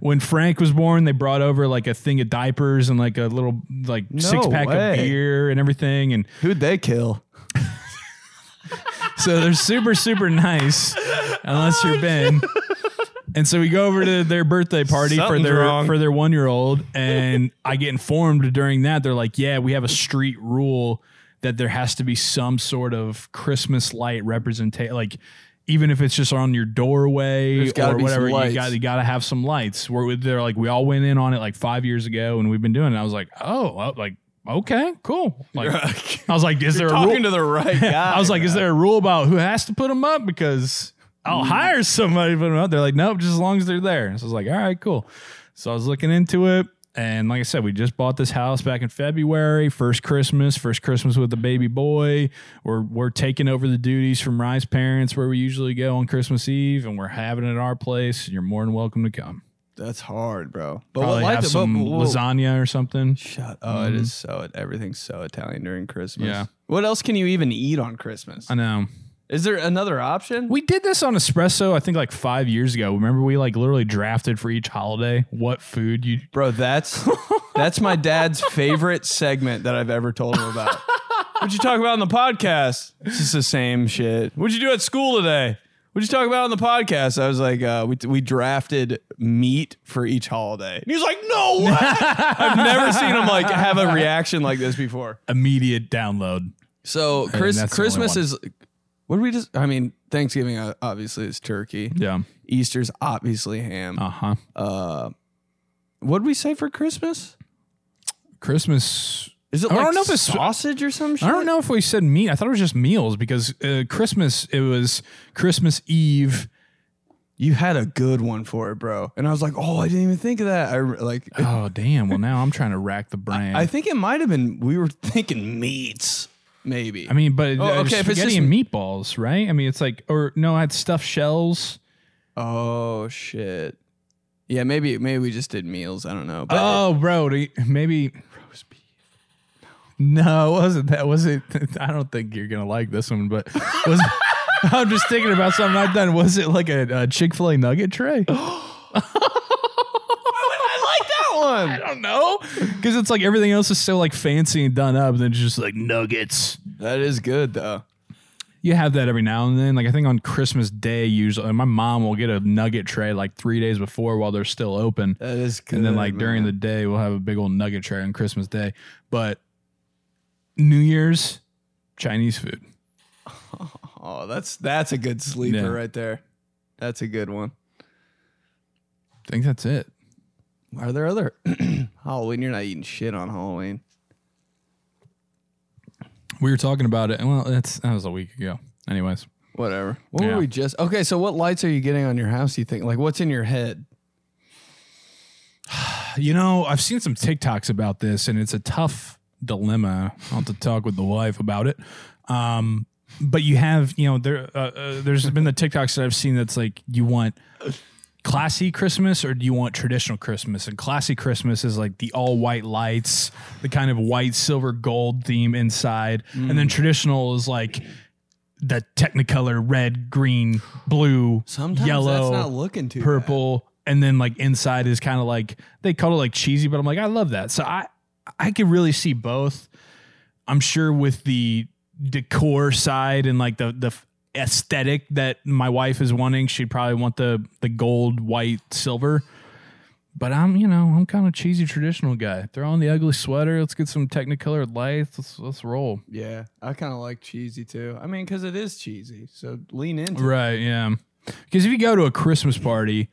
S1: when Frank was born, they brought over like a thing of diapers and like a little like six pack
S2: way.
S1: of beer and everything. And
S2: Who'd they kill?
S1: so they're super, super nice, unless you're Ben. And so we go over to their birthday party for
S2: Something's
S1: their
S2: wrong.
S1: for their one year old, and I get informed during that they're like, "Yeah, we have a street rule that there has to be some sort of Christmas light representation, like even if it's just on your doorway
S2: There's gotta
S1: or
S2: be some
S1: whatever. You
S2: lights.
S1: got you got to have some lights." Where we- they're like, "We all went in on it like five years ago, and we've been doing it." I was like, "Oh, well, like okay, cool." Like, I was like, "Is there a rule?"
S2: Talking to the right guy.
S1: I was like, is there a rule about who has to put them up? Because I'll hire somebody to put them up. They're like, nope, just as long as they're there. So I was like, all right, cool. So I was looking into it And like I said, we just bought this house back in February, first Christmas, first Christmas with the baby boy. We're we're taking over the duties from Rye's parents where we usually go on Christmas Eve, and we're having it at our place. You're more than welcome to come.
S2: That's hard, bro. But
S1: Probably
S2: like
S1: have
S2: the- but-
S1: some
S2: but-
S1: lasagna or something.
S2: Shut. Oh, it is so. Everything's so Italian during Christmas.
S1: Yeah.
S2: What else can you even eat on Christmas?
S1: I know.
S2: Is there another option?
S1: We did this on Espresso, I think like five years ago. Remember, we like literally drafted for each holiday what food you.
S2: Bro, that's that's my dad's favorite segment that I've ever told him about. What'd you talk about on the podcast? It's just the same shit. What'd you do at school today? What'd you talk about on the podcast? I was like, uh, we, we drafted meat for each holiday. And he was like, no way. I've never seen him like have a reaction like this before.
S1: Immediate download.
S2: So Chris,
S1: that's the only
S2: Christmas
S1: one.
S2: is, what do we just, I mean, Thanksgiving uh, obviously is turkey.
S1: Yeah.
S2: Easter's obviously ham.
S1: Uh huh.
S2: Uh, what'd we say for Christmas?
S1: Christmas.
S2: Is it
S1: I
S2: like
S1: don't know if it's-
S2: sausage or some shit?
S1: I don't know if we said meat. I thought it was just meals because uh, Christmas, it was Christmas Eve.
S2: You had a good one for it, bro. And I was like, oh, I didn't even think of that. I re- like,
S1: Oh, damn. Well, now I'm trying to rack the brain. I,
S2: I think it might have been we were thinking meats, maybe.
S1: mean, but
S2: Oh,
S1: uh,
S2: okay, if it's
S1: spaghetti
S2: just-
S1: and meatballs, right? I mean, it's like, or no, I had stuffed shells.
S2: oh shit. Yeah, maybe maybe we just did meals. I don't know. But
S1: oh, bro, do you- maybe roast beef. No, it wasn't that? Was it? I don't think you're gonna like this one, but was I'm just thinking about something I've done. Was it like a, a Chick Fil A nugget tray? I
S2: I like that one.
S1: don't know, because it's like everything else is so like fancy and done up, and then it's just like nuggets.
S2: That is good though.
S1: You have that every now and then. Like I think on Christmas Day, usually my mom will get a nugget tray like three days before while they're still open.
S2: That is good.
S1: and then like during the
S2: man.
S1: day we'll have a big old nugget tray on Christmas Day. But New Year's Chinese food.
S2: Oh, that's that's a good sleeper
S1: Yeah.
S2: right there. That's a good one.
S1: I think that's it.
S2: Are there other Halloween? You're not eating shit on Halloween.
S1: We were talking about it. Well, that's that was a week ago. Anyways,
S2: Whatever. What
S1: Yeah.
S2: were we just? Okay, so what lights are you getting on your house? You think like what's in your head?
S1: you know I've seen some TikToks about this, and it's a tough dilemma. I'll have to talk with the wife about it. Um, but you have you know there uh, uh, there's been the TikToks that I've seen that's like you want classy Christmas or do you want traditional Christmas? And classy Christmas is like the all white lights, the kind of white, silver, gold theme inside. And then traditional is like the technicolor red, green, blue,
S2: Sometimes
S1: yellow,
S2: that's not looking too
S1: purple. And then like inside is kind of like they call it like cheesy, but I'm like, I love that. So I I could really see both. I'm sure with the decor side and like the the aesthetic that my wife is wanting, she'd probably want the the gold, white, silver. But I'm, you know, I'm kind of cheesy traditional guy. Throw on the ugly sweater. Let's get some Technicolor lights. Let's let's roll.
S2: Yeah, I kind of like cheesy too. I mean, because it is cheesy, so lean into. it.
S1: Right, yeah. Because if you go to a Christmas party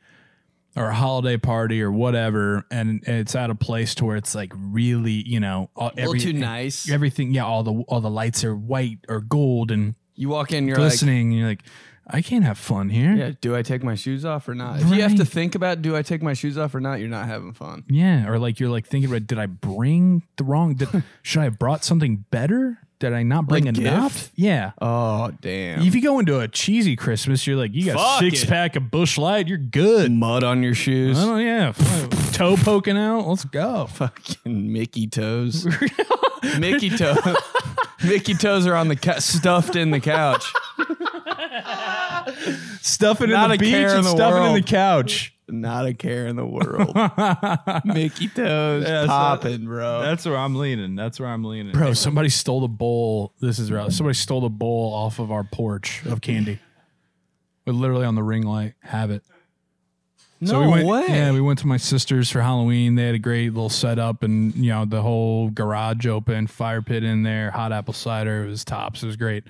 S1: or a holiday party or whatever, and it's at a place to where it's like really, you know, all,
S2: A little
S1: every-
S2: too nice.
S1: Everything, yeah. All the all the lights are white or gold and
S2: You walk in, you're
S1: glistening. and you're like, I can't have fun here.
S2: like, yeah, do I take my shoes off or not? If you have to
S1: Right.
S2: think about, do I take my shoes off or not? You're not having fun.
S1: Yeah, or like you're like thinking about, did I bring the wrong? Did, should I have brought something better? Did I not bring
S2: Like
S1: enough?
S2: gift?
S1: Yeah.
S2: Oh damn!
S1: If you go into a cheesy Christmas, you're like, you got
S2: Fuck
S1: six
S2: it.
S1: pack of Bush Light, you're good.
S2: mud on your shoes,
S1: I don't, Oh, yeah, toe poking out. Let's go.
S2: fucking Mickey toes, Mickey toes, Mickey toes are on the cou- stuffed in the couch.
S1: Stuff it
S2: Not
S1: in
S2: a
S1: the beach
S2: care in
S1: and
S2: the
S1: stuff it in
S2: world.
S1: the couch.
S2: Not a care in the world. Mickey toes
S1: Yeah, so-
S2: popping, bro.
S1: That's where I'm leaning. That's where I'm leaning. Bro, somebody stole the bowl. This is real. Somebody stole the bowl off of our porch of candy. We're literally on the ring light. Have it.
S2: no
S1: we went,
S2: way.
S1: Yeah, we went to my sister's for Halloween. They had a great little setup, and you know the whole garage open, fire pit in there, hot apple cider. It was tops. It was great.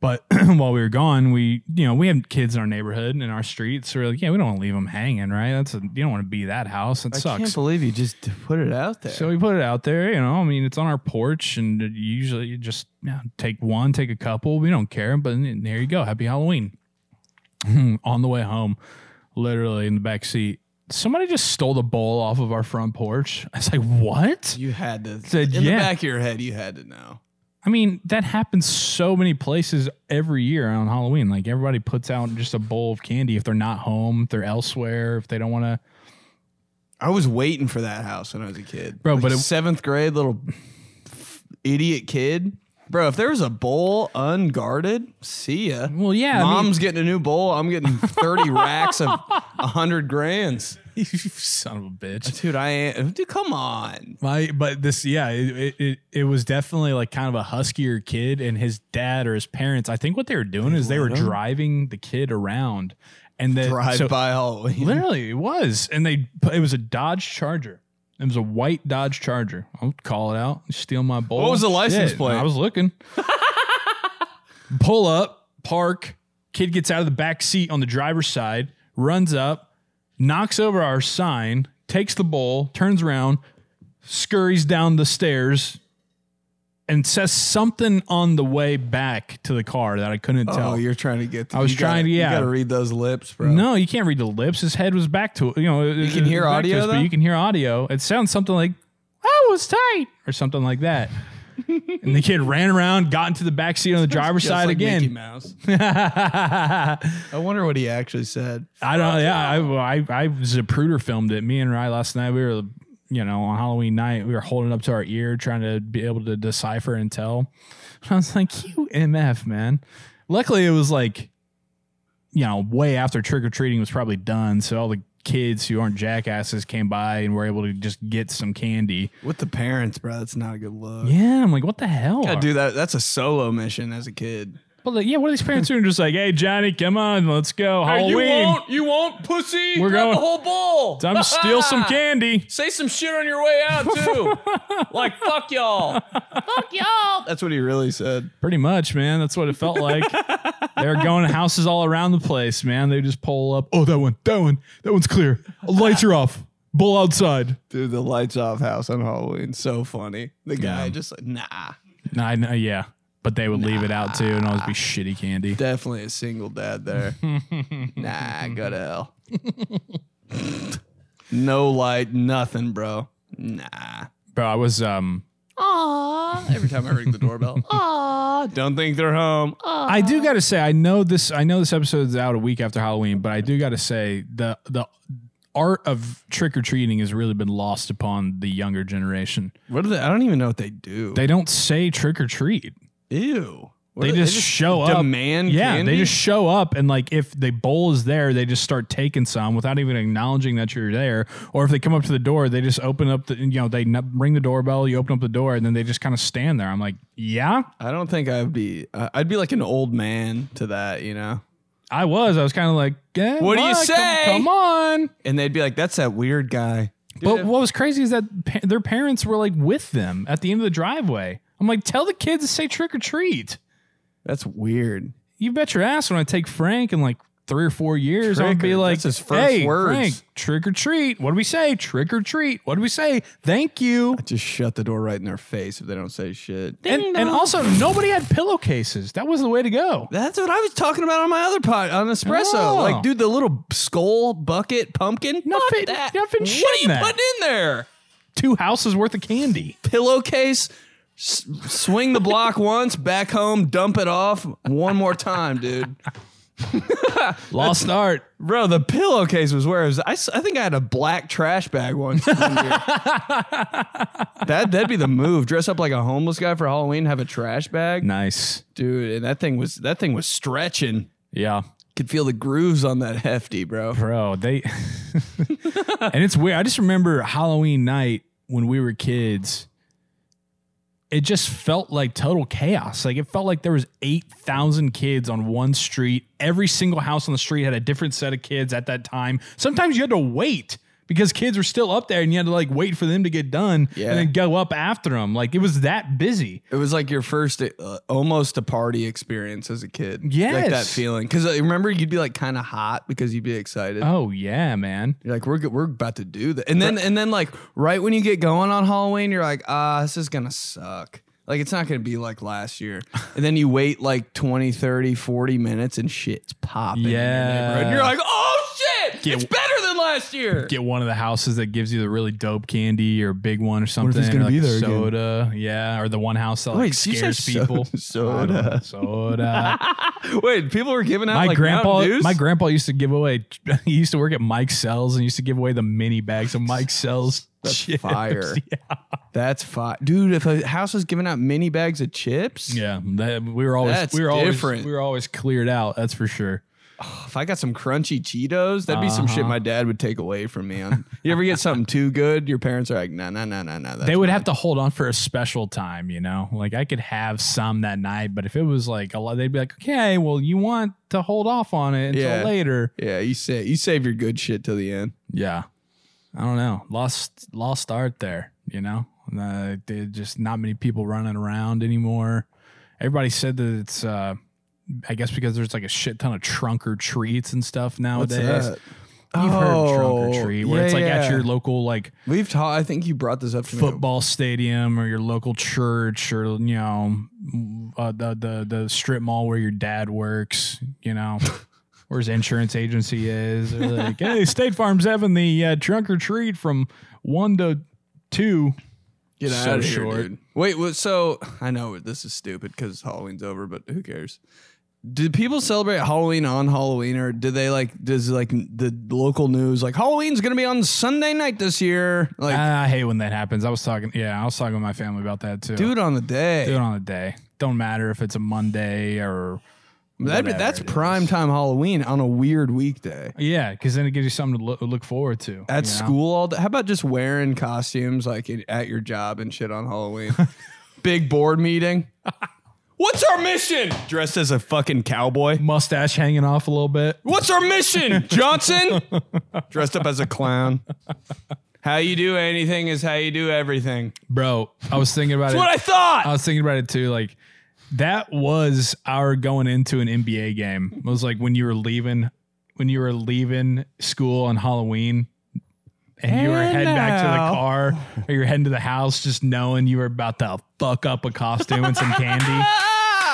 S1: But while we were gone, we you know we have kids in our neighborhood and in our streets. So we're like, yeah, we don't want to leave them hanging, right? That's a, you don't want to be that house. That
S2: I
S1: sucks.
S2: can't believe you just put it out there.
S1: So we put it out there, you know. I mean, it's on our porch, and it usually you just you know, take one, take a couple. We don't care, but then there you go. Happy Halloween. on the way home, literally in the back seat, somebody just stole the bowl off of our front porch. I was like, what?
S2: You had to
S1: Said
S2: in
S1: yeah.
S2: the back of your head. You had to know.
S1: I mean, that happens so many places every year on Halloween. Like everybody puts out just a bowl of candy if they're not home, if they're elsewhere, if they don't want to.
S2: I was waiting for that house when I was a kid,
S1: Bro, but it-
S2: seventh grade little idiot kid, bro. If there was a bowl unguarded, see ya.
S1: Well, yeah, I mean-
S2: mom's getting a new bowl. I'm getting thirty racks of a hundred grands,
S1: you son of a bitch.
S2: dude. I am, dude. Come on,
S1: My, but this, yeah, it, it, it, it was definitely like kind of a huskier kid, and his dad or his parents. I think what they were doing is they were
S2: let him?
S1: driving the kid around, and then
S2: drive
S1: Uh, so-
S2: by Halloween.
S1: Literally, it was, and they it was a Dodge Charger. It was a white Dodge Charger. I'll call it out. Steal my bowl.
S2: What was the license
S1: Shit,
S2: plate?
S1: I was looking. Pull up, park. Kid gets out of the back seat on the driver's side, runs up, knocks over our sign, takes the bowl, turns around, scurries down the stairs, and says something on the way back to the car that I couldn't
S2: Oh,
S1: tell.
S2: you're trying to get.
S1: I was
S2: you
S1: trying
S2: gotta,
S1: to- yeah.
S2: You got to read those lips, bro.
S1: No, you can't read the lips. His head was back to you know. You
S2: can hear audio, though?
S1: but you can hear audio. It sounds something like "I was tight" or something like that. and the kid ran around, got into the back seat on the driver's
S2: Just
S1: side
S2: like Mickey
S1: again.
S2: Mouse.
S1: I
S2: I wonder what he actually said.
S1: don't. Yeah, I, I, I Zapruder filmed it. Me and Rye last night. We were, you know, on Halloween night. We were holding up to our ear, trying to be able to decipher and tell. And I was like, "You mf, man." Luckily, it was like you know, way after trick or treating was probably done. So all the kids who aren't jackasses came by and were able to just get some candy.
S2: With the parents, bro, that's not a good look.
S1: Yeah, I'm like, what the hell?
S2: I do that. That's a solo mission as a kid.
S1: But like, yeah, what are these parents doing? Just like, hey, Johnny, come on, let's go. Halloween.
S2: you won't, pussy.
S1: We're Grab the going-
S2: whole bowl.
S1: Time to steal some candy.
S2: Say some shit on your way out too. like fuck y'all.
S3: Fuck y'all.
S2: That's what he really said.
S1: Pretty much, man. That's what it felt like. they were going to houses all around the place, man. They just pull up. Oh, that one, that one, that one's clear. Lights are off. Bull outside.
S2: Dude, the lights off house on Halloween. So funny. The guy just like, nah.
S1: Nah, I know, yeah. But they would leave it out too and always be shitty candy.
S2: Definitely a single dad there. nah, go to hell. no light, nothing, bro. Nah.
S1: Bro, I was um
S3: Aww.
S2: Every time I ring the doorbell.
S3: Aww.
S2: Don't think they're home.
S1: I do got to say, I know this. I know this episode's out a week after Halloween, but I do got to say the the art of trick or treating has really been lost upon the younger generation.
S2: What do they? I don't even know what they do.
S1: They don't say trick or treat.
S2: Ew. What
S1: They
S2: do
S1: just show up.
S2: Demand
S1: Yeah,
S2: candy?
S1: they just show up and like if the bowl is there, they just start taking some without even acknowledging that you're there. Or if they come up to the door, they just open up the you know they n- ring the doorbell, you open up the door, and then they just kind of stand there. I'm like, yeah,
S2: I don't think I'd be. I- I'd be like an old man to that, you know.
S1: I was. I was kind of like, eh,
S2: What do you
S1: come-
S2: say?
S1: Come on.
S2: And they'd be like, "That's that weird guy."
S1: But what was crazy is that pa- their parents were like with them at the end of the driveway. I'm like, tell the kids to say trick or treat.
S2: That's weird.
S1: You bet your ass when I take Frank in like three or four years, I'll
S2: Trick
S1: be
S2: or-
S1: like,
S2: that's his first
S1: hey,
S2: words."
S1: Frank, trick or treat. What do we say? Trick or treat. What do we say? Thank you.
S2: Just shut the door right in their face if they don't say shit.
S1: And,
S3: Ding
S1: and
S3: dong.
S1: also, nobody had pillowcases. That was the way to go.
S2: That's what I was talking about on my other pod on espresso.
S1: Oh.
S2: Like, dude, the little skull bucket pumpkin.
S1: Not
S2: Fuck
S1: fit-
S2: that.
S1: not fit
S2: what
S1: shit
S2: are
S1: in
S2: you
S1: that.
S2: putting in there?
S1: Two houses worth of candy.
S2: Pillowcase. S- swing the block once, back home, dump it off one more time, dude.
S1: Lost art.
S2: Bro, the pillowcase was where it was. I, s- I think I had a black trash bag once. one year. that that'd be the move. Dress up like a homeless guy for Halloween, have a trash bag,
S1: Nice.
S2: dude. And that thing was that thing was stretching.
S1: Yeah.
S2: Could feel the grooves on that hefty, bro.
S1: bro they and it's weird i just remember halloween night when we were kids it just felt like total chaos like it felt like there was 8000 kids on one street every single house on the street had a different set of kids at that time sometimes you had to wait because kids were still up there and you had to like wait for them to get done
S2: Yeah.
S1: and then go up after them like it was that busy
S2: It was like your first, uh, almost a party experience as a kid. like
S1: Yes.
S2: that feeling. Because I remember you'd be like kind of hot because you'd be excited.
S1: oh yeah man
S2: You're like, we're go- we're about to do that, and then and then like right when you get going on Halloween, you're like, ah, this is gonna suck. Like it's not gonna be like last year. And then you wait like 20, 30, 40 minutes, and shit's popping. in your
S1: Yeah.
S2: neighborhood. And you're like, oh shit,
S1: Get-
S2: it's better than last year.
S1: Get one of the houses that gives you the really dope candy or a big one or something.
S2: it's gonna
S1: or like
S2: be
S1: a
S2: there again?
S1: soda, yeah, or the one house that like
S2: Wait, you said
S1: scares
S2: so-
S1: people. I don't know.
S2: soda.
S1: soda.
S2: Wait, people were giving out
S1: my
S2: like Mountain
S1: grandpa
S2: Dews?
S1: my grandpa used to give away he used to work at Mike's Cells and used to give away the mini bags of Mike's Cells.
S2: That's
S1: chips.
S2: fire.
S1: Yeah.
S2: That's fine, dude. If a house was giving out mini bags of chips,
S1: Yeah, that, we were always
S2: That's
S1: we were always
S2: different.
S1: we were always cleared out. That's for sure.
S2: if I got some crunchy Cheetos, that'd be some shit
S1: Uh-huh.
S2: my dad would take away from me. On you ever get something too good, your parents are like, no, no, no, no, no.
S1: they would have to hold on for a special time, you know. Like I could have some that night, but if it was like a lot, they'd be like, "Okay, well, you want to hold off on it until
S2: Yeah.
S1: later."
S2: Yeah, you say you save your good shit till the end.
S1: Yeah, I don't know. Lost lost art there, you know. Uh, there- just not many people running around anymore. Everybody said that it's, uh, I guess, because there's like a shit ton of trunk or treats and stuff
S2: What's
S1: nowadays.
S2: that?
S1: You've heard trunk
S2: Oh,
S1: or treat, where
S2: yeah,
S1: it's like
S2: yeah.
S1: at your local like
S2: We've taught. I think you brought this up to me.
S1: football stadium or your local church or you know uh, the the the strip mall where your dad works, you know, where his insurance agency is. They're like, hey, State Farm's having the uh, trunk or treat from one to two.
S2: Get
S1: So
S2: out of here,
S1: short.
S2: dude. Wait, what, so I know this is stupid because Halloween's over, but who cares? Do people celebrate Halloween on Halloween, or do they like? Does like the local news like Halloween's gonna be on Sunday night this year? Like,
S1: I, I hate when that happens. I was talking, yeah, I was talking with my family about that too.
S2: do it on the day.
S1: do it on a day. Don't matter if it's a Monday or
S2: That'd
S1: whatever
S2: be, that's
S1: it is.
S2: prime time Halloween on a weird weekday.
S1: yeah, because then it gives you something to look, look forward to
S2: At
S1: you know?
S2: school all day. How about just wearing costumes like in, at your job and shit on Halloween? Big board meeting. What's our mission? Dressed as a fucking cowboy.
S1: Mustache hanging off a little bit.
S2: What's our mission, Johnson? Dressed up as a clown. How you do anything is how you do everything.
S1: Bro, I was thinking about it.
S2: What I
S1: I
S2: thought.
S1: was thinking about it too. Like that was our going into an NBA game. It was like when you were leaving, when you were leaving school on Halloween, and, you were
S2: And
S1: heading back to
S2: now-
S1: the car or you're heading to the house, just knowing you were about to fuck up a costume and some candy.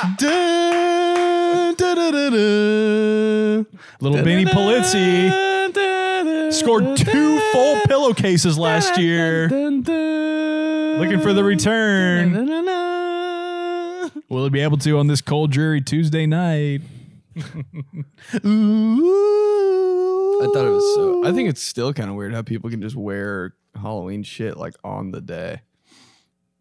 S2: Ah!
S1: Dun, da, da, da, da. Little Benny Polizzi scored two full pillowcases last year. Looking for the return. Will he be able to on this cold, dreary Tuesday night? Ooh.
S2: I thought it was so. I think it's still kind of weird how people can just wear Halloween shit like on the day.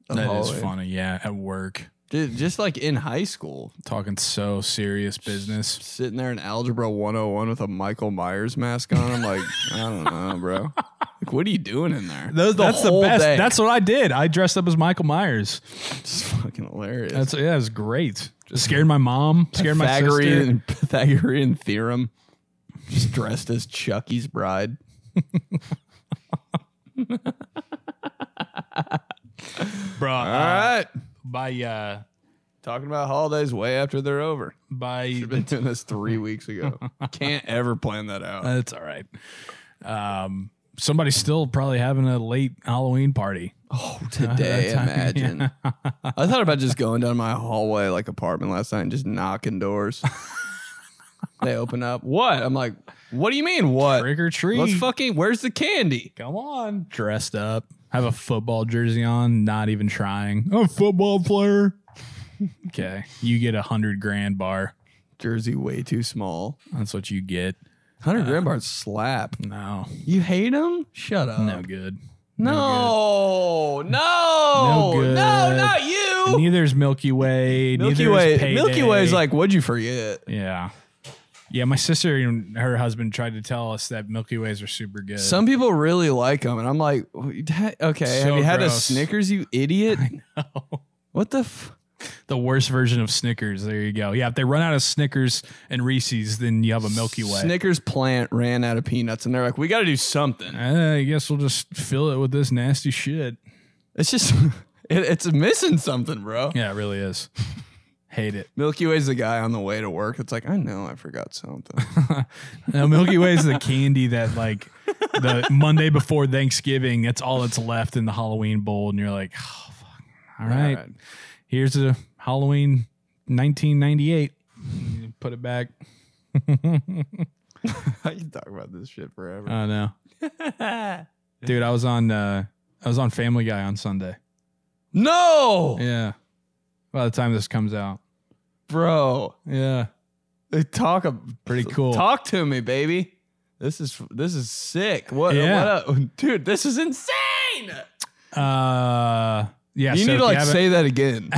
S2: of
S1: That is
S2: Halloween.
S1: funny. Yeah, at work,
S2: Dude, just like in high school,
S1: talking so serious business.
S2: sitting there in Algebra 101 with a Michael Myers mask on. I'm like, I don't know, bro. Like, what are you doing in there?
S1: Those that's
S2: whole
S1: the best.
S2: day.
S1: That's what I did. I dressed up as Michael Myers.
S2: It's fucking hilarious.
S1: That's yeah, it was great. Just scared my mom. Scared my sister.
S2: Pythagorean, Pythagorean theorem. Just dressed as Chucky's bride.
S1: Bro,
S2: All
S1: uh,
S2: right.
S1: by uh,
S2: Talking about holidays way after they're over.
S1: by
S2: We've been doing this three weeks ago. Can't ever plan that out.
S1: that's all right. Um, somebody's still probably having a late Halloween party.
S2: Oh, today,
S1: Time-
S2: imagine.
S1: Yeah.
S2: I thought about just going down my hallway, like apartment last night, and just knocking doors. they open up. What? I'm like, what do you mean? What?
S1: Trick or treat.
S2: Let's fucking. Where's the candy?
S1: Come on. Dressed up. Have a football jersey on, not even trying. I'm a football player. okay. You get a hundred grand bar.
S2: Jersey way too small.
S1: That's what you get.
S2: Hundred grand bars slap.
S1: No.
S2: You hate them? Shut up.
S1: No good.
S2: No, no,
S1: No
S2: no,
S1: good.
S2: not you.
S1: Neither's Milky Way.
S2: Milky
S1: neither
S2: Way.
S1: Is Payday.
S2: Milky Way's like, what'd you forget?
S1: Yeah. Yeah, my sister and her husband tried to tell us that Milky Ways are super good.
S2: Some people really like them, and I'm like, "That- okay,
S1: So
S2: have you had a
S1: gross.
S2: Snickers, you idiot? What the? F-
S1: the worst version of Snickers. There you go. Yeah, if they run out of Snickers and Reese's, then you have a Milky Way.
S2: Snickers plant ran out of peanuts, and they're like, we got to do something.
S1: Uh, I guess we'll just fill it with this nasty shit.
S2: It's just, it, it's missing something, bro.
S1: Yeah, it really is. Hate it.
S2: Milky Way's the guy on the way to work. It's like, I know I forgot something.
S1: Now, Milky Way is the candy that like the Monday before Thanksgiving. That's all that's left in the Halloween bowl, and you're like, oh, fuck. all right,
S2: All right.
S1: here's a Halloween 1998. You Put it back.
S2: I can talk about this shit forever.
S1: Oh no, dude, I was on uh, I was on Family Guy on Sunday.
S2: no,
S1: Yeah. By the time this comes out.
S2: bro.
S1: Yeah.
S2: They talk a,
S1: Pretty cool.
S2: Talk to me, baby. This is this is sick. What,
S1: Yeah.
S2: what up? dude? This is insane.
S1: Uh yeah.
S2: you
S1: so
S2: need
S1: if
S2: to like
S1: haven't-
S2: say that again.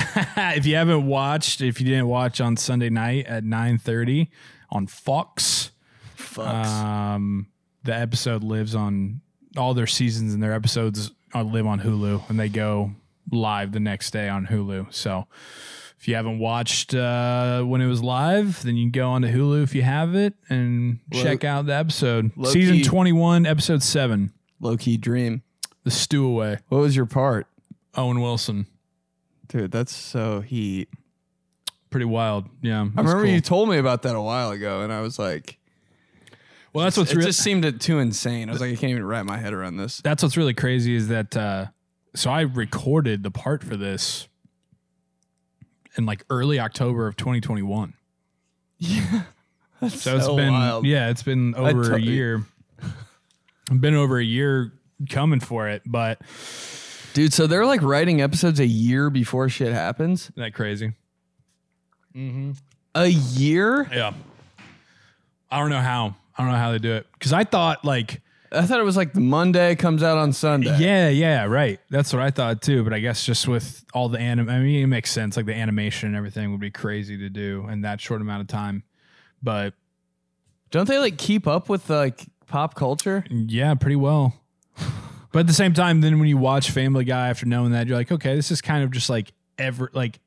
S1: if you haven't watched, if you didn't watch on Sunday night at 9:30 on Fox,
S2: Fucks.
S1: um the episode lives on all their seasons and their episodes are live on Hulu and they go live the next day on Hulu. So if you haven't watched uh, when it was live, then you can go onto Hulu if you have it and
S2: Low-
S1: check out the episode.
S2: low
S1: Season
S2: key.
S1: 21, episode 7,
S2: Low key dream.
S1: The Stewaway,
S2: What was your part,
S1: Owen Wilson.
S2: dude? That's so heat.
S1: Pretty wild. Yeah.
S2: I remember you told me about that a while ago, and I was like,
S1: Well, that's what's
S2: it
S1: real.
S2: just seemed too insane. I was like, I can't even wrap my head around this.
S1: that's what's really crazy is that uh so I recorded the part for this in like early October of 2021. So, it's been yeah, it's been over a
S2: to-
S1: year. I've been over a year coming for it, but isn't
S2: dude. So they're like writing episodes a year before shit happens.
S1: that crazy? Mm-hmm.
S2: A year?
S1: Yeah. I don't know how. I don't know how they do it cuz I thought like
S2: I thought it was like the Monday comes out on Sunday.
S1: yeah, yeah, right. That's what I thought too, but I guess just with all the anim I mean it makes sense like the animation and everything would be crazy to do in that short amount of time. But
S2: Don't they like keep up with like pop culture?
S1: Yeah, pretty well. but at the same time, then when you watch Family Guy after knowing that, you're like, okay, this is kind of just like ever like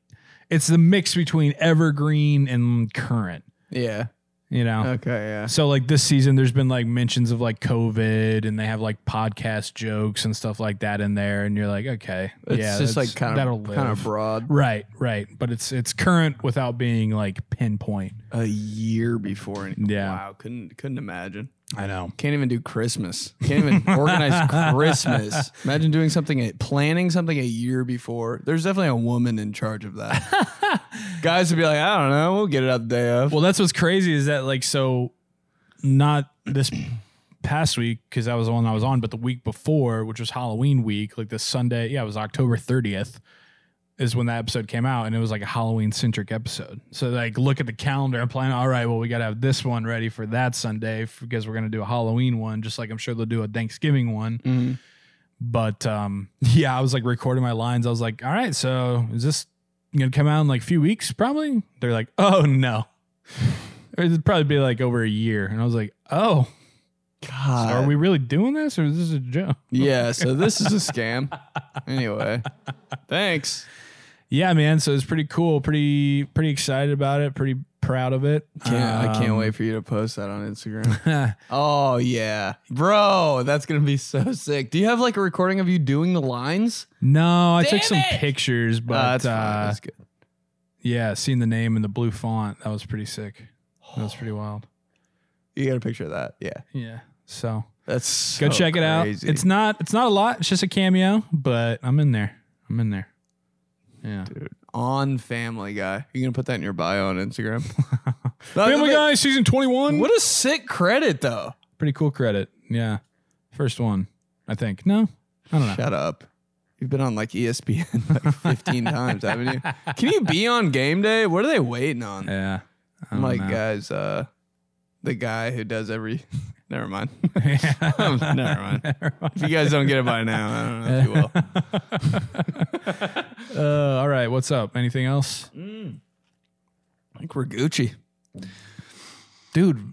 S1: it's the mix between evergreen and current,
S2: Yeah.
S1: you know.
S2: Okay. Yeah.
S1: So like this season, there's been like mentions of like COVID, and they have like podcast jokes and stuff like that in there, and you're like, okay,
S2: It's
S1: yeah,
S2: just like
S1: that's-
S2: kind
S1: that'll
S2: of kind
S1: live.
S2: of broad.
S1: right, right, but it's it's current without being like pinpoint.
S2: A year before. Any-
S1: Yeah.
S2: Wow. Couldn't couldn't imagine.
S1: I know.
S2: Can't even do Christmas. Can't even organize Christmas. Imagine doing something, eh, planning something a year before. There's definitely a woman in charge of that. Guys would be like, I don't know, we'll get it out the day of.
S1: Well, that's what's crazy is that like so, not this past week because that was the one I was on, but the week before, which was Halloween week, like this Sunday, yeah, it was October thirtieth, is when that episode came out, and it was like a Halloween centric episode. So like, look at the calendar and plan. All right, well, we got to have this one ready for that Sunday f- because we're gonna do a Halloween one, just like I'm sure they'll do a Thanksgiving one.
S2: Mhm.
S1: But um, yeah, I was like recording my lines. I was like, all right, so is this gonna come out in like a few weeks? Probably. They're like, oh no. It'd probably be like over a year. And I was like, oh,
S2: God.
S1: are we really doing this or is this a joke?
S2: yeah, so this is a scam. Anyway, thanks.
S1: Yeah, man. So it's pretty cool. Pretty, pretty excited about it. Pretty proud of it.
S2: Can't, I can't
S1: Um,
S2: wait for you to post that on Instagram. Oh, yeah. Bro, that's going to be so sick. Do you have like a recording of you doing the lines?
S1: no, I took
S3: Damn
S1: some
S3: it!
S1: pictures,
S2: Uh,
S1: but
S2: that's,
S1: uh,
S2: fine. that's good.
S1: yeah, seeing the name in the blue font that was pretty sick. That was pretty wild.
S2: You got a picture of that. Yeah.
S1: Yeah. So
S2: That's
S1: go
S2: so
S1: check it out.
S2: crazy.
S1: It's not. It's not a lot. It's just a cameo, but I'm in there. I'm in there. Yeah.
S2: dude. On Family Guy. You gonna put that in your bio on Instagram?
S1: Family Guy season 21.
S2: Uh, What a sick credit, though.
S1: Pretty cool credit. Yeah. First one, I think. No, I don't know.
S2: Shut up. You've been on like E ESPN like 15 times, haven't you? Can you be on game day? What are they waiting on?
S1: Yeah. I
S2: I'm
S1: don't
S2: like,
S1: know.
S2: guys, uh, the guy who does every. Never mind.
S1: Yeah.
S2: Never mind.
S1: Never mind.
S2: If you guys don't get it by now, I don't know if you will.
S1: Uh, all right. What's up? Anything else?
S2: I think we're Gucci.
S1: Dude.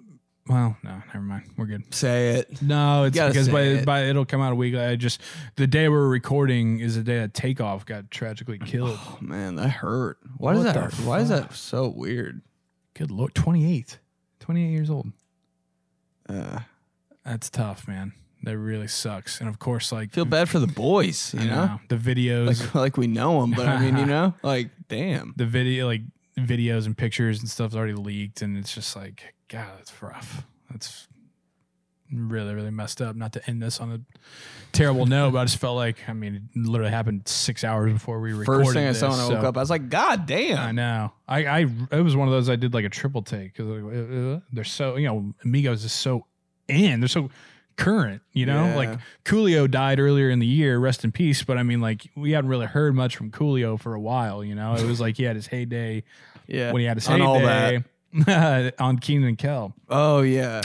S1: Well, no, never mind. We're good.
S2: Say it.
S1: No, it's
S2: gotta
S1: because
S2: say
S1: by,
S2: it.
S1: by it'll come out a week. I just the day we're recording is the day that takeoff got tragically killed.
S2: Oh, man, that hurt. Why does
S1: What
S2: that?
S1: the
S2: Why is that so weird?
S1: Good lord, 28. 28 years old.
S2: Uh,
S1: That's tough, man. That really sucks. And of course, like
S2: feel bad for the boys,
S1: I
S2: you know.
S1: the videos,
S2: like like we know them, but I mean, you know, like damn.
S1: the video, like videos and pictures and stuff's already leaked, and it's just like, God, that's rough. That's really, really messed up. Not to end this on a terrible note, but I just felt like I mean, it literally happened six hours before we recorded.
S2: First thing I
S1: this,
S2: saw when I woke
S1: so-
S2: up, I was like, God
S1: I
S2: damn.
S1: know. I, I it was one of those I did like a triple take because they're so you know Amigos is so in they're so current you know
S2: Yeah.
S1: like Coolio died earlier in the year rest in peace but I mean like we hadn't really heard much from Coolio for a while you know it was like he had his heyday
S2: Yeah.
S1: when he had his
S2: On all
S1: heyday on Keenan and Kel
S2: Oh yeah.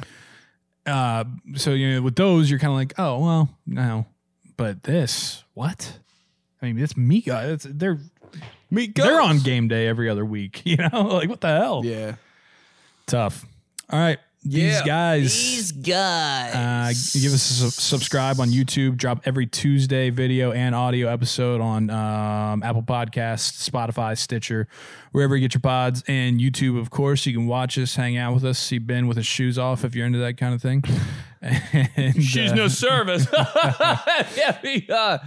S1: uh, so you know with those you're kind of like oh well no but this what I mean it's Migo it's they're they're on game day every other week you know like what the hell
S2: Yeah.
S1: Tough. All right. These
S2: Yeah.
S1: guys.
S2: guys.
S1: uh, give us a sub- subscribe on YouTube. Drop every Tuesday video and audio episode on um, Apple Podcasts, Spotify, Stitcher, wherever you get your pods, and YouTube, of course. You can watch us, hang out with us, see Ben with his shoes off if you're into that kind of thing. And, uh,
S2: service. yeah, we, uh,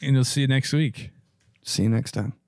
S1: and you'll see you next week.
S2: See you next time.